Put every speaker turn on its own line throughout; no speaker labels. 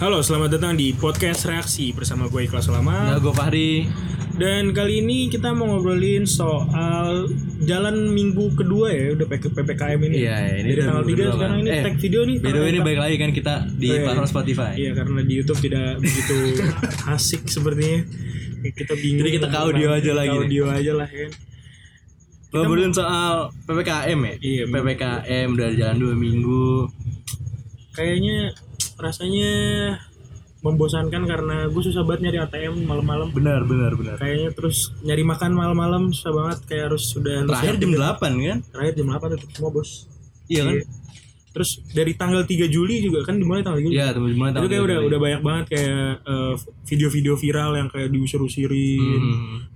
Halo, selamat datang di podcast Reaksi bersama gue Ikhlas Ulama.
Nah, gue Fahri.
Dan kali ini kita mau ngobrolin soal jalan minggu kedua ya udah PK PPKM ini.
Iya, ini
Dari
udah
tanggal 3
minggu kedua,
sekarang
kan?
ini
Eh,
tag video nih.
Beda
tanggal
ini
empat.
balik lagi kan kita di
Iya.
platform Spotify.
Iya, karena di YouTube tidak begitu asik sepertinya. Kita bingung.
Jadi kita ke
mau
audio
ngapain.
aja
Ke
lagi nih.
Audio aja lah kan.
Ngobrolin soal PPKM ya.
Iya, minggu.
PPKM udah jalan dua minggu.
Kayaknya rasanya membosankan karena gue susah banget nyari ATM malam-malam.
Benar, benar, benar.
Kayaknya terus nyari makan malam-malam susah banget kayak harus sudah
Terakhir jam 8 kan?
terakhir jam 8 tutup semua bos
Iya kan?
terus dari tanggal 3 Juli juga kan dimulai tanggal 3 Juli
Iya, teman-teman
itu kayak udah udah banyak banget kayak eh, video-video viral yang kayak diusir-usirin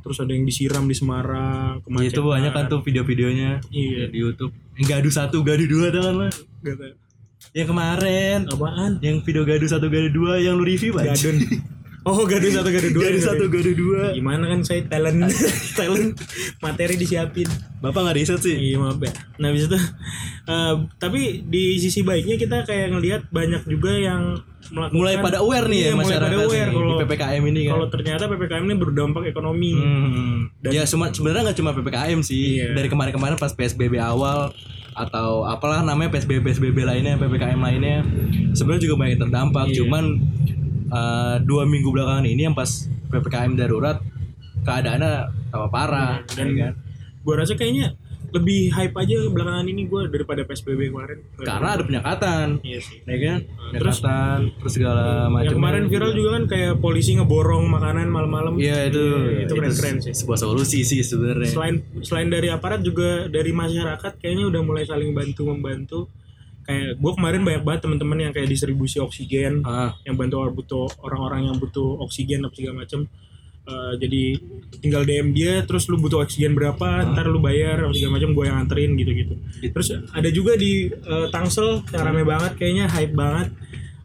terus ada yang disiram di Semarang kemacetan
Hmm. Itu banyak kan tuh video-videonya
iya
di YouTube. Yang gaduh satu, gaduh dua tuh kan Mas?
gak tau.
Yang kemarin,
apaan
yang video gaduh satu, gaduh dua yang lu review Mas.
gadun oh gadun satu gadun dua
Gaduh
gadun.
satu, gaduh dua.
gimana kan saya talent talent materi disiapin
Bapak nggak riset sih?
Iya maaf ya. Nah habis itu eh, tapi di sisi baiknya kita kayak ngelihat banyak juga yang melakukan
mulai pada aware nih ya
Iya, mulai
masyarakat
pada aware
nih,
kalau
di PPKM ini kan.
kalau ternyata ppkm ini berdampak ekonomi.
Hmm.
Dan-
ya cuma sebenarnya nggak cuma PPKM sih.
Iya.
Dari kemarin-kemarin pas PSBB awal atau apalah namanya PSBB PSBB lainnya, PPKM lainnya sebenarnya juga banyak yang terdampak.
Iya.
Cuman eh, dua minggu belakangan ini yang pas PPKM darurat keadaannya tambah parah
Nah, Iya, Dan
ya kan?
gua rasa kayaknya lebih hype aja belakangan ini gua daripada psbb kemarin.
Karena ada penyekatan,
Iya sih.
ya kan?
Terus-
Penyekatan, terus, segala macam.
Yang kemarin viral juga kan kayak polisi ngeborong makanan malam-malam.
Iya itu,
Iya, itu keren-keren sih.
Sebuah solusi sih sebenarnya.
selain selain dari aparat juga dari masyarakat kayaknya udah mulai saling bantu membantu kayak gue kemarin banyak banget teman-teman yang kayak distribusi oksigen
Ah.
yang bantu orang butuh orang-orang yang butuh oksigen apa segala macem Eh, jadi tinggal DM dia terus lu butuh oksigen berapa ntar lu bayar apa segala macam gue yang anterin gitu-gitu
Gitu.
terus ada juga di eh, Tangsel yang
Hmm.
rame banget kayaknya hype banget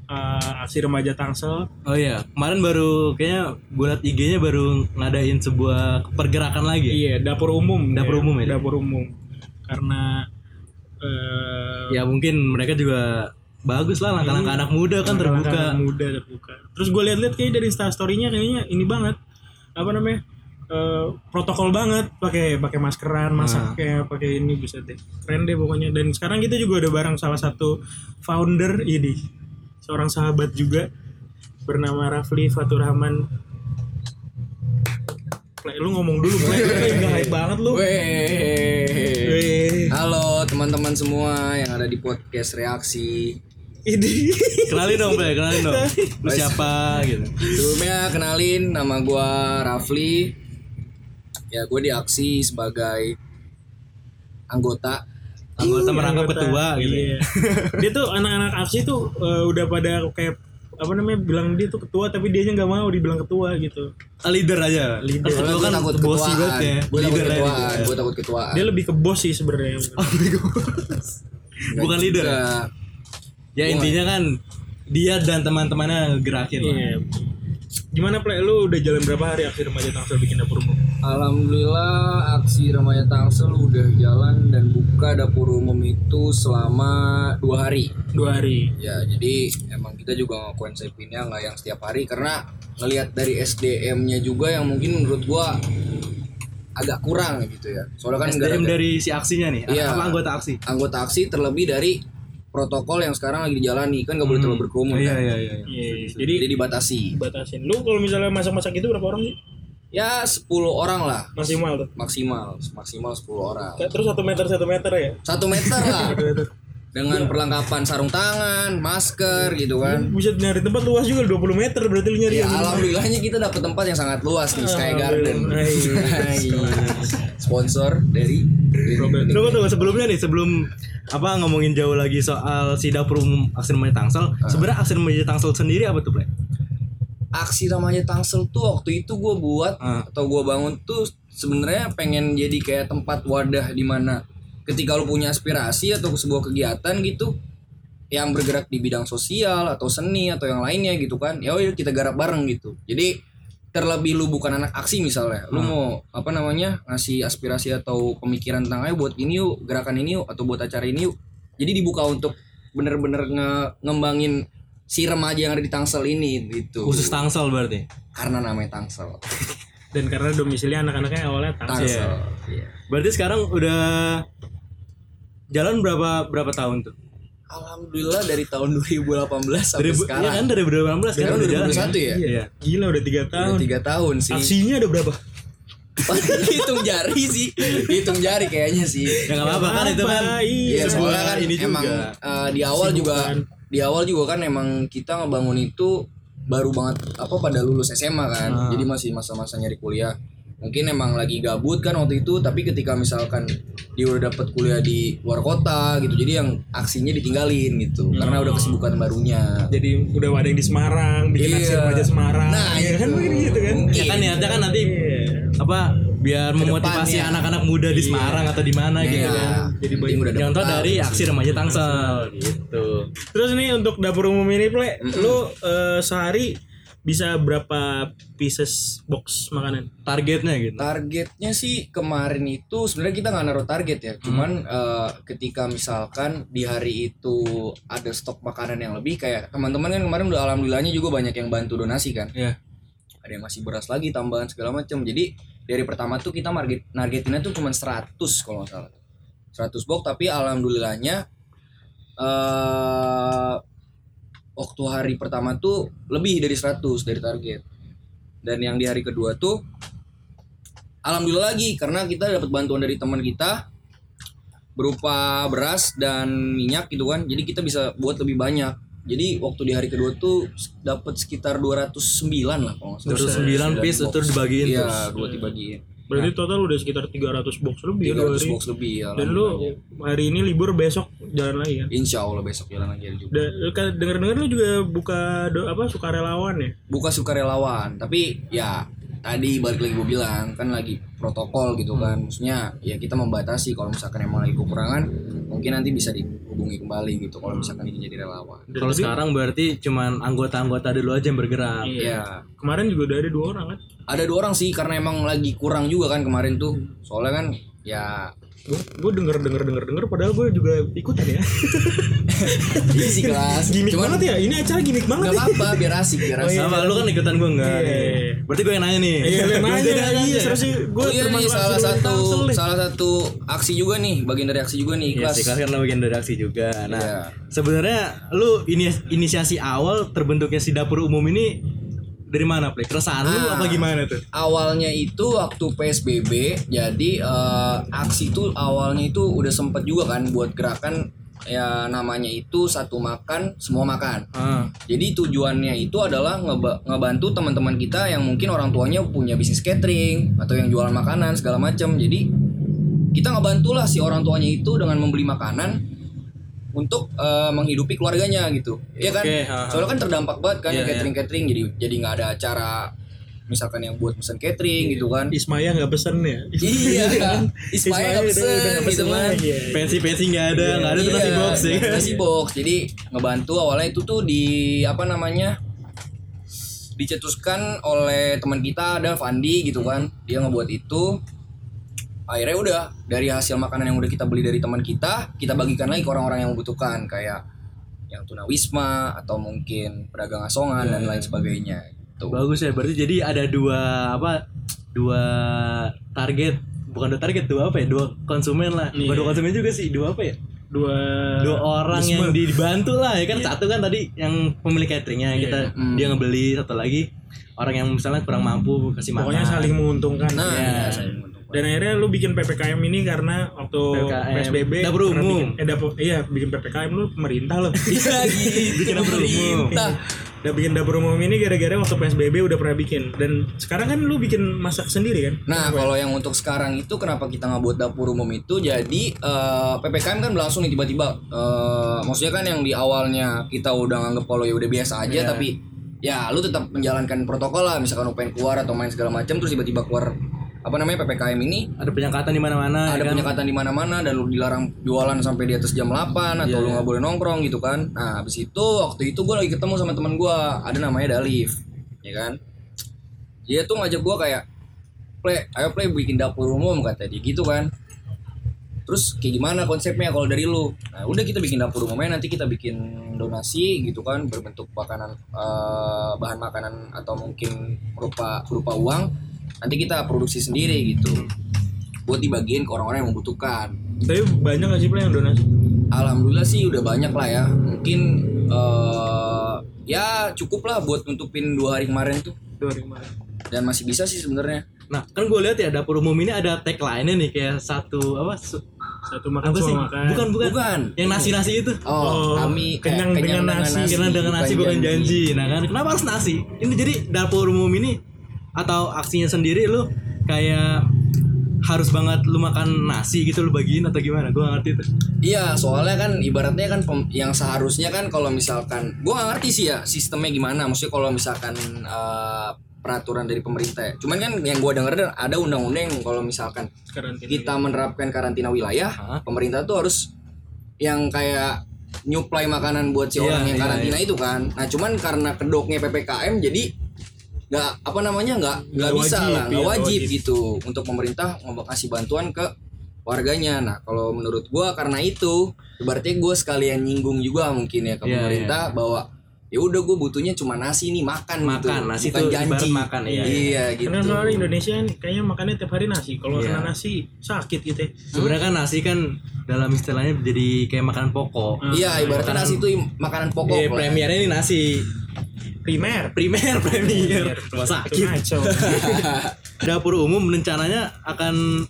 eh, aksi remaja Tangsel
Oh iya, kemarin baru kayaknya gue liat IG-nya baru ngadain sebuah pergerakan lagi.
iya dapur umum
Dapur umum ya?
dapur umum karena eh,
Ya mungkin mereka juga bagus lah langkah-langkah anak muda kan terbuka.
Anak-anak muda terbuka terus gue lihat-lihat kayaknya dari instastorynya kayaknya ini banget apa namanya eh, protokol banget pakai pakai maskeran masak kayak pakai ini bisa deh keren deh pokoknya dan sekarang kita juga ada bareng salah satu founder ini seorang sahabat juga bernama Rafli Faturrahman Play, lu ngomong dulu Play, lu kayak gak hype banget lu
Weh.
Weh.
Halo teman-teman semua yang ada di podcast reaksi.
ini
Kenalin dong, Bre, kenalin dong. Lu siapa gitu.
Sebelumnya kenalin nama gua Rafli. Ya gue di aksi sebagai anggota.
Anggota merangkap
Iya, anggota.
ketua gitu.
Iya. dia tuh anak-anak aksi tuh eh, udah pada kayak apa namanya bilang dia tuh ketua tapi dia nya nggak mau dibilang ketua gitu.
Ah, Leader aja. Leader.
Gua
kan
takut
bos
ketuaan.
banget ya.
Gue takut
Leader aja.
ketuaan. Gue takut ketuaan.
Dia lebih ke bos sih sebenarnya.
Oh,
Nggak
Bukan leader.
juga.
Ya intinya kan dia dan teman-temannya gerakin lah.
Iya. Gimana play lu udah jalan berapa hari aksi remaja tangsel bikin dapur umum?
Alhamdulillah aksi remaja Tangsel udah jalan dan buka dapur umum itu selama dua hari.
Dua hari.
Ya, jadi emang kita juga konsepinnya nggak yang setiap hari karena ngelihat dari SDM-nya juga yang mungkin menurut gua agak kurang gitu ya. Soalnya kan nggak
SDM
ada-
dari si aksinya nih,
Iya.
apa anggota aksi?
anggota aksi terlebih dari protokol yang sekarang lagi dijalani kan nggak boleh terlalu berkerumun
Iya, iya,
kan.
iya. iya.
Iya.
Jadi,
Jadi
dibatasi.
batasin. Lu kalau misalnya masak-masak itu berapa orang sih?
Ya 10 orang lah
Maksimal tuh.
maksimal, maksimal 10 orang.
Kayak Terus satu meter satu meter ya.
Satu meter lah
Iya,
dengan perlengkapan sarung tangan, masker gitu kan.
Bisa nyari tempat luas juga 20 meter berarti lu nyari
Iya.
Ya
yang
alhamdulillahnya kita dapat tempat yang sangat luas nih Sky Garden.
Nah, iya.
sponsor dari
Tunggu tunggu sebelumnya nih sebelum apa ngomongin jauh lagi soal si dapur umum aksi remaja Tangsel. Sebenarnya aksi remaja Tangsel sendiri apa tuh, Bre?
aksi namanya Tangsel tuh waktu itu gue buat
Ah.
atau gue bangun tuh sebenarnya pengen jadi kayak tempat wadah di mana ketika lu punya aspirasi atau sebuah kegiatan gitu yang bergerak di bidang sosial atau seni atau yang lainnya gitu kan ya udah kita garap bareng gitu jadi terlebih lu bukan anak aksi misalnya lu mau apa namanya ngasih aspirasi atau pemikiran tentang ayo buat ini yuk gerakan ini yuk atau buat acara ini yuk jadi dibuka untuk bener-bener nge- ngembangin si remaja yang ada di Tangsel ini gitu
khusus Tangsel berarti
karena namanya Tangsel
dan karena domisili anak-anaknya awalnya tangsel
Tangsel iya.
berarti sekarang udah jalan berapa berapa tahun tuh
Alhamdulillah dari tahun 2018 sampai
dari
sekarang
iya kan dari 2018 sekarang
Dari
udah jalan kan?
2021 ya?
iya
gila udah tiga
Udah
tahun
tiga tahun sih
aksinya ada berapa
hitung jari sih hitung jari kayaknya sih
ya nggak apa-apa kan itu kan
Apa? Iya.
Iya, soalnya
sebuah
kan
ini
emang
juga.
eh, di awal juga di awal juga kan emang kita ngebangun itu baru banget apa pada lulus SMA kan.
Ah.
Jadi masih masa-masa nyari kuliah. Mungkin emang lagi gabut kan waktu itu, tapi ketika misalkan dia udah dapat kuliah di luar kota gitu. Jadi yang aksinya ditinggalin gitu
Hmm.
karena udah kesibukan barunya.
jadi udah ada yang di Semarang bikin
Iya.
aksi remaja Semarang
Nah,
ya kan
itu.
mungkin gitu kan
ya kan niatnya kan nanti apa biar memotivasi
depannya.
anak-anak muda di Semarang atau di mana
Nah,
gitu kan
jadi
Jadi
udah
yang
dapet
tahu dari
tahu.
aksi remaja Tangsel gitu
terus nih untuk dapur umum ini ple lu eh, sehari bisa berapa pieces box makanan
targetnya gitu
Targetnya sih kemarin itu sebenarnya kita nggak naruh target ya. Cuman eh, ketika misalkan di hari itu ada stok makanan yang lebih kayak teman-teman kan kemarin udah alhamdulillahnya juga banyak yang bantu donasi kan.
ya
Ada yang masih beras lagi tambahan segala macam. Jadi dari pertama tuh kita target targetinnya tuh cuman 100 kalau nggak salah. 100 box tapi alhamdulillahnya eh waktu hari pertama tuh lebih dari 100 dari target. Dan yang di hari kedua tuh alhamdulillah lagi karena kita dapat bantuan dari teman kita berupa beras dan minyak gitu kan. Jadi kita bisa buat lebih banyak. Jadi waktu di hari kedua tuh dapat sekitar 209 lah kalau nggak
209
salah.
piece itu dibagiin
Iya,
terus.
dua dibagiin.
berarti total udah sekitar 300 box lebih ya dua
300
hari
Nah. box lebih ya.
dan lu hari ini libur besok jalan lagi kan
Insya Allah besok jalan lagi hari Jumat.
denger dengar lu juga buka do, apa sukarelawan ya
Buka sukarelawan, tapi ya tadi balik lagi gue bilang kan lagi protokol gitu kan maksudnya ya kita membatasi kalau misalkan emang lagi kekurangan mungkin nanti bisa dihubungi kembali gitu kalau misalkan ini jadi relawan
Dan
kalau
tadi-
sekarang berarti cuman anggota-anggota dulu aja yang bergerak
Iya.
ya
kemarin juga udah ada dua orang kan
ada dua orang sih karena emang lagi kurang juga kan kemarin tuh soalnya kan ya
gue gue denger denger denger denger padahal gue juga ikutan ya
isi kelas
gimmick
cuman
banget ya ini acara gimmick
nggak
banget ya
apa-apa biar asik biar asik
sama lu kan ikutan gue enggak
Iya.
nih. berarti gue yang nanya nih
iya lu yang
Gua
nanya
yang nanya.
iya seharusnya gue
Oh iya nih
termasuk
salah
aksi remaja
satu
Tangsel deh.
salah satu aksi juga nih bagian dari aksi juga nih
Iya
ikhlas.
sih, kelas karena bagian dari aksi juga. Nah,
Iya.
sebenarnya lu ini inisiasi awal terbentuknya si dapur umum ini dari mana, Plek? Keresahan lu
Ah.
apa gimana tuh?
Awalnya itu waktu PSBB, jadi eh, aksi itu awalnya itu udah sempet juga kan buat gerakan ya namanya itu satu makan semua makan.
Ah,
Jadi tujuannya itu adalah ngeba- ngebantu teman-teman kita yang mungkin orang tuanya punya bisnis catering atau yang jualan makanan segala macam. Jadi kita ngebantulah si orang tuanya itu dengan membeli makanan untuk eh, menghidupi keluarganya gitu. Iya kan?
Oke, ha-ha.
Soalnya kan terdampak banget kan
Iya, iya.
catering-catering jadi jadi nggak ada acara misalkan yang buat pesan
Iya.
catering gitu kan.
Ismaya nggak pesen ya
Iya,
iya,
Ismail nggak
udah- udah
pesen
nggak
gitu kan.
lagi ya.
pensi-pensi nggak ada, Iya. nggak ada tuh nasi box ya.
Iya, nasi box. Jadi ngebantu awalnya itu tuh di apa namanya? dicetuskan oleh teman kita ada Fandi gitu kan. Dia ngebuat itu akhirnya udah dari hasil makanan yang udah kita beli dari teman kita, kita bagikan lagi ke orang-orang yang membutuhkan kayak yang tunawisma atau mungkin pedagang asongan dan lain sebagainya. Gitu. Tuh.
Iya. Bagus ya, berarti jadi ada dua apa? Dua target, bukan dua target, dua apa ya? Dua konsumen lah. Bukan
Iya.
dua konsumen juga sih, dua apa ya?
dua
dua
Eh,
orang yang dibantu lah ya kan
Iya.
satu kan tadi yang pemilik cateringnya kita dia
Hmm.
ngebeli satu lagi orang yang misalnya kurang mampu kasih makan
pokoknya saling menguntungkan
Nah,
Iya.
ya, saya menguntungkan.
dan akhirnya lu bikin ppkm ini karena waktu
PPKM.
psbb
Dapur
karena
umum.
bikin- eh dapur iya bikin ppkm lu pemerintah lo
Iya, Nah. gitu.
bikin dapur umum.
Pemerintah.
udah bikin dapur umum ini gara-gara waktu psbb udah pernah bikin dan sekarang kan lu bikin masak sendiri kan
Nah, kalau yang untuk sekarang itu kenapa kita nggak buat dapur umum itu? Jadi eh, ppkm kan berlangsung nih tiba-tiba. Eh, maksudnya kan yang di awalnya kita udah nganggep kalau ya udah biasa aja, tapi ya lu tetap menjalankan protokol lah. Misalkan lu pengen keluar atau main segala macam, terus tiba-tiba keluar apa namanya ppkm ini
ada penyekatan di mana-mana ya
ada
kan?
penyekatan di mana-mana dan lu dilarang jualan sampai di atas jam 8
Iya,
atau lu nggak boleh nongkrong gitu kan. Nah, habis itu waktu itu gue lagi ketemu sama teman gue, ada namanya Dalif, ya kan? dia tuh ngajak gua kayak play ayo play bikin dapur umum kata dia gitu kan terus kayak gimana konsepnya kalau dari lu nah udah kita bikin dapur umumnya nanti kita bikin donasi gitu kan berbentuk makanan eh, bahan makanan atau mungkin berupa berupa uang nanti kita produksi sendiri gitu buat dibagiin ke orang-orang yang membutuhkan
Tapi banyak gak sih Play, yang donasi?
alhamdulillah sih udah banyak lah ya mungkin eh, ya cukup lah buat nutupin dua hari kemarin tuh
2000.
dan masih bisa sih sebenarnya
Nah, kan gue lihat ya dapur umum ini ada tagline-nya nih kayak satu apa? su-
Satu makan
apa sih?
semua makan.
Bukan, bukan.
bukan
Yang nasi-nasi itu.
Oh,
Oh,
kami eh,
kenyang dengan nasi,
Karena dengan nasi bukan janji. Nah, kan kenapa harus nasi? Ini jadi dapur umum ini atau aksinya sendiri lu kayak harus banget lu makan nasi gitu lu bagiin atau gimana? Gue ngerti itu.
Iya, soalnya kan ibaratnya kan pem- yang seharusnya kan kalau misalkan gua gak ngerti sih ya sistemnya gimana. Maksudnya kalau misalkan eh, peraturan dari pemerintah. ya. Cuman kan yang gua denger ada undang-undang yang kalau misalkan
Karantina.
kita menerapkan karantina wilayah,
Hah?
pemerintah tuh harus yang kayak nyuplai makanan buat si
Iya,
orang yang
iya,
karantina itu kan. Nah, cuman karena kedoknya PPKM jadi nggak apa namanya nggak nggak
Nggak
bisa
wajib,
lah nggak
iya, nggak
wajib,
wajib.
gitu untuk pemerintah mau kasih bantuan ke warganya nah kalau menurut gua karena itu berarti gua sekalian nyinggung juga mungkin ya ke
Iya,
pemerintah bahwa ya udah gua butuhnya cuma nasi nih makan gitu.
Makan, nasi
bukan
tuh
janji
ibarat makan, iya, iya.
iya gitu
Karena soalnya Indonesia kan kayaknya makannya tiap hari nasi. Kalau
Iya.
kena nasi sakit gitu ya.
Sebenarnya kan nasi kan dalam istilahnya jadi kayak makanan pokok.
iya ibaratnya nasi itu im- makanan pokok
Eh,
lah.
premiernya ini nasi.
Primer.
Primer, premier. Iya, Rumah
Itu
sakit.
ngaco.
dapur umum rencananya akan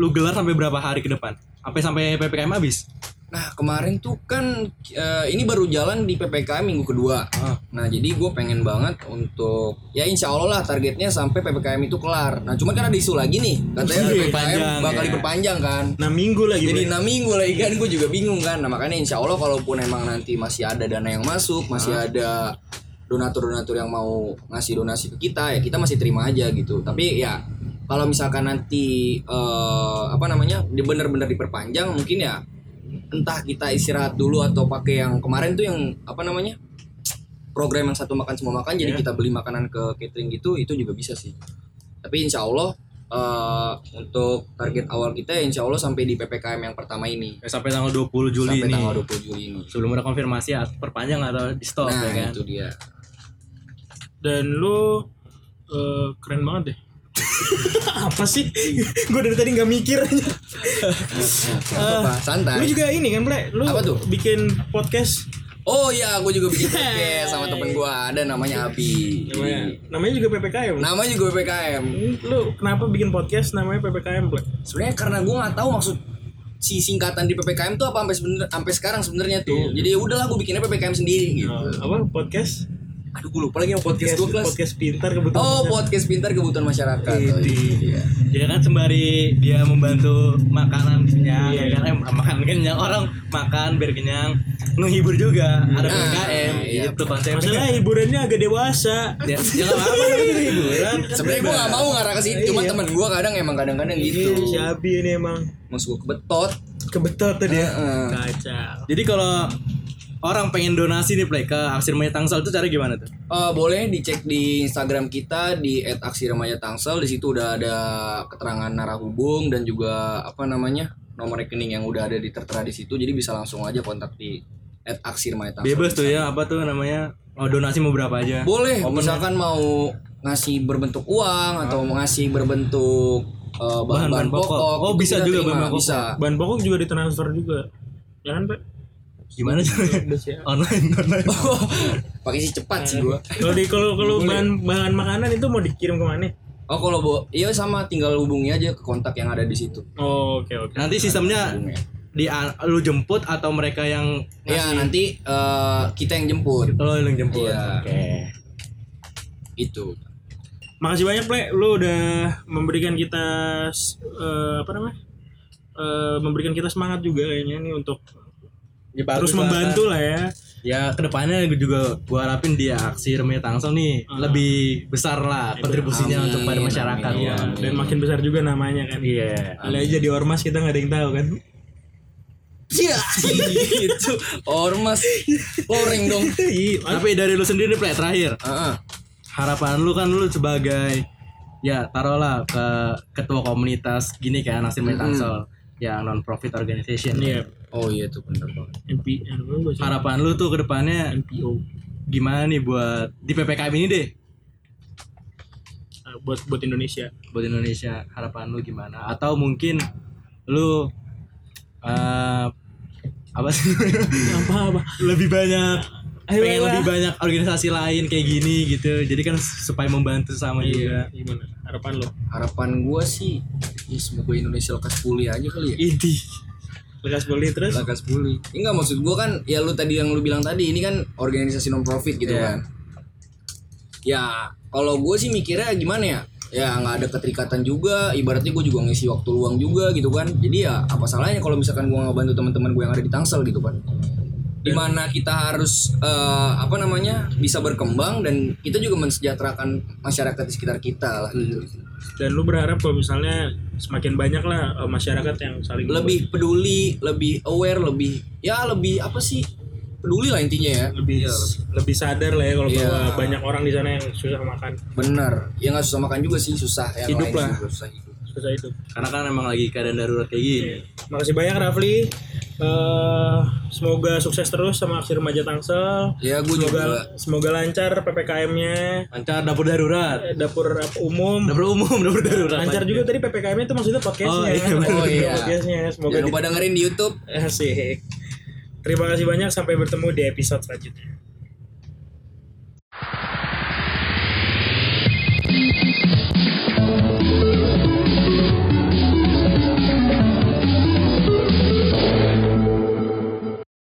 lu gelar sampai berapa hari ke depan? Sampai sampai PPKM habis?
Nah kemarin tuh kan eh, ini baru jalan di PPKM minggu kedua. Nah jadi gue pengen banget untuk ya insya Allah lah targetnya sampai PPKM itu kelar. Nah cuman kan ada isu lagi nih katanya
Iya,
PPKM
panjang,
bakal
ya.
diperpanjang kan.
Nah minggu lagi.
Jadi
Play.
enam minggu lagi kan gue juga bingung kan. Nah makanya insya Allah kalaupun emang nanti masih ada dana yang masuk, masih ada donatur-donatur yang mau ngasih donasi ke kita ya kita masih terima aja gitu. Tapi ya kalau misalkan nanti eh, apa namanya di- bener-bener diperpanjang mungkin ya entah kita istirahat dulu atau pakai yang kemarin tuh yang apa namanya program yang satu makan semua makan jadi
Iya.
kita beli makanan ke catering gitu itu juga bisa sih tapi insya Allah eh, untuk target awal kita ya insya Allah sampai di ppkm yang pertama ini
Eh, Sampai tanggal 20 Juli
sampai
ini.
tanggal 20 Juli ini
Sebelum ada konfirmasi ya, perpanjang atau di stop
nah
ya kan?
itu dia
Dan lu eh, keren banget deh. Apa sih? gue dari tadi nggak mikir.
apa
Eh, lu
santai
juga ini kan Play? Lu
Apa tuh?
bikin podcast.
oh iya aku juga bikin podcast sama temen gua ada namanya Abi
Namanya, namanya juga PPKM.
namanya juga ppkm
Lu kenapa bikin podcast namanya PPKM Play?
sebenarnya karena gue nggak tahu maksud si singkatan di ppkm tuh apa sampai sebener- sampai sekarang sebenarnya tuh
Iya.
jadi ya udahlah gue bikinnya ppkm sendiri gitu
Eh, apa podcast?
aduh gue lupa lagi yang podcast gue kelas
podcast pintar kebetulan.
oh podcast pintar kebutuhan masyarakat
Iya.
Oh, iya.
Ya kan sembari dia membantu makanan kenyang,
Iya.
ya kan? Eh, makanan kenyang orang makan biar kenyang, menghibur juga. Ada
Nah,
PPKM,
iya.
itu konsepnya.
Masalah hiburannya agak dewasa.
Ya, ya nggak apa-apa kan itu hiburan.
sebenarnya gue nggak mau ngarah ke situ
Iya.
cuma temen gue kadang emang kadang-kadang gitu
Ih, Iya, Si Abi ini emang ya.
maksud gue kebetot
kebetot tuh
Iya.
dia.
Heeh.
Kacau.
Jadi kalau orang pengen donasi nih play ke aksi Maya Tangsel itu cara gimana tuh?
Eh, boleh dicek di Instagram kita di @aksiremaja_tangsel di situ udah ada keterangan narah hubung dan juga apa namanya nomor rekening yang udah ada di tertera di situ jadi bisa langsung aja kontak di @aksiremaja_tangsel
Bebas tuh ya apa tuh namanya? Oh, donasi mau berapa aja?
Boleh,
ya?
misalkan mau ngasih berbentuk uang atau mau ngasih berbentuk eh,
Ah. Bahan-bahan
bahan-bahan pokok.
pokok. Oh,
itu
bisa
kita
juga
terima,
bahan-bahan pokok.
bisa.
Bahan pokok juga ditransfer juga. Ya kan, Pak?
Gimana caranya?
Udah
ya.
siap.
online online.
Pakai sih cepat sih gua.
Kalau di kalau kalau bahan bahan makanan itu mau dikirim ke mana?
Oh, kalau bo iya sama tinggal hubungi aja ke kontak yang ada di situ.
Oh, oke oke.
Nanti sistemnya
Hubungi.
di lu jemput atau mereka yang
Iya, nanti eh, kita yang jemput.
lo yang jemput.
Iya.
Oke.
Itu.
Makasih banyak, Ple. Lu udah memberikan kita eh, apa namanya? Eh, memberikan kita semangat juga kayaknya nih untuk
Ya, bagus
terus
lah.
membantu lah ya.
Ya kedepannya juga gua harapin dia aksi Remnya Tangsel nih lebih besar lah kontribusinya
Amin,
untuk pada masyarakat
amin,
Ya,
kan.
dan makin besar juga namanya kan.
Iya.
Kali aja di ormas kita nggak ada yang tahu kan.
Iya, itu Oh, ormas. Koreng dong.
Ih,
Tapi dari lu sendiri nih Play, terakhir.
Heeh.
harapan lu kan lu sebagai ya taruhlah ke ketua komunitas gini kayak anak Sirmain Tangsel yang non profit organization.
Iya,
oh iya tuh bener banget
MPN gue sih.
Harapan lu tuh ke depannya
MPO
gimana nih buat di PPKM ini deh
uh, buat buat Indonesia.
buat Indonesia harapan lu gimana atau mungkin lu eh apa sih
Apa apa?
lebih banyak
Ayo,
pengen
ayo,
lebih
lah.
banyak organisasi lain kayak gini gitu jadi kan supaya membantu sama juga
Gimana? Harapan lo?
harapan gua sih ya semoga Indonesia lekas pulih aja kali ya
inti
Lekas boleh terus.
lekas pulih enggak maksud gua kan ya lu tadi yang lu bilang tadi ini kan organisasi non profit gitu
Iya.
kan ya kalau gue sih mikirnya gimana ya ya nggak ada keterikatan juga ibaratnya gue juga ngisi waktu luang juga gitu kan jadi ya apa salahnya kalau misalkan gua nggak bantu teman-teman gue yang ada di Tangsel gitu kan dimana kita harus eh, apa namanya bisa berkembang dan kita juga mensejahterakan masyarakat di sekitar kita lah gitu.
Dan lu berharap kalau misalnya semakin banyak lah uh, masyarakat yang saling
lebih peduli lebih aware lebih ya lebih apa sih peduli lah intinya ya
lebih lebih sadar lah ya kalau
Iya.
bahwa banyak orang di sana yang susah makan,
Bener, ya nggak susah makan juga sih, susah yang
Hidup
lain
lah.
juga susah hidup.
susah itu.
karena kan emang lagi keadaan darurat kayak gini
Makasih banyak Rafli. Eh, semoga sukses terus sama aksi remaja Tangsel.
Ya gue juga
Semoga semoga lancar PPKM-nya.
lancar dapur darurat
Eh, Dapur apa, umum.
dapur umum dapur darurat
Lancar juga tadi PPKM-nya itu maksudnya podcastnya.
Oh, iya,
bener.
iya. Podcastnya. Semoga
jangan lupa dengerin di YouTube.
Asik. Terima kasih banyak sampai bertemu di episode selanjutnya.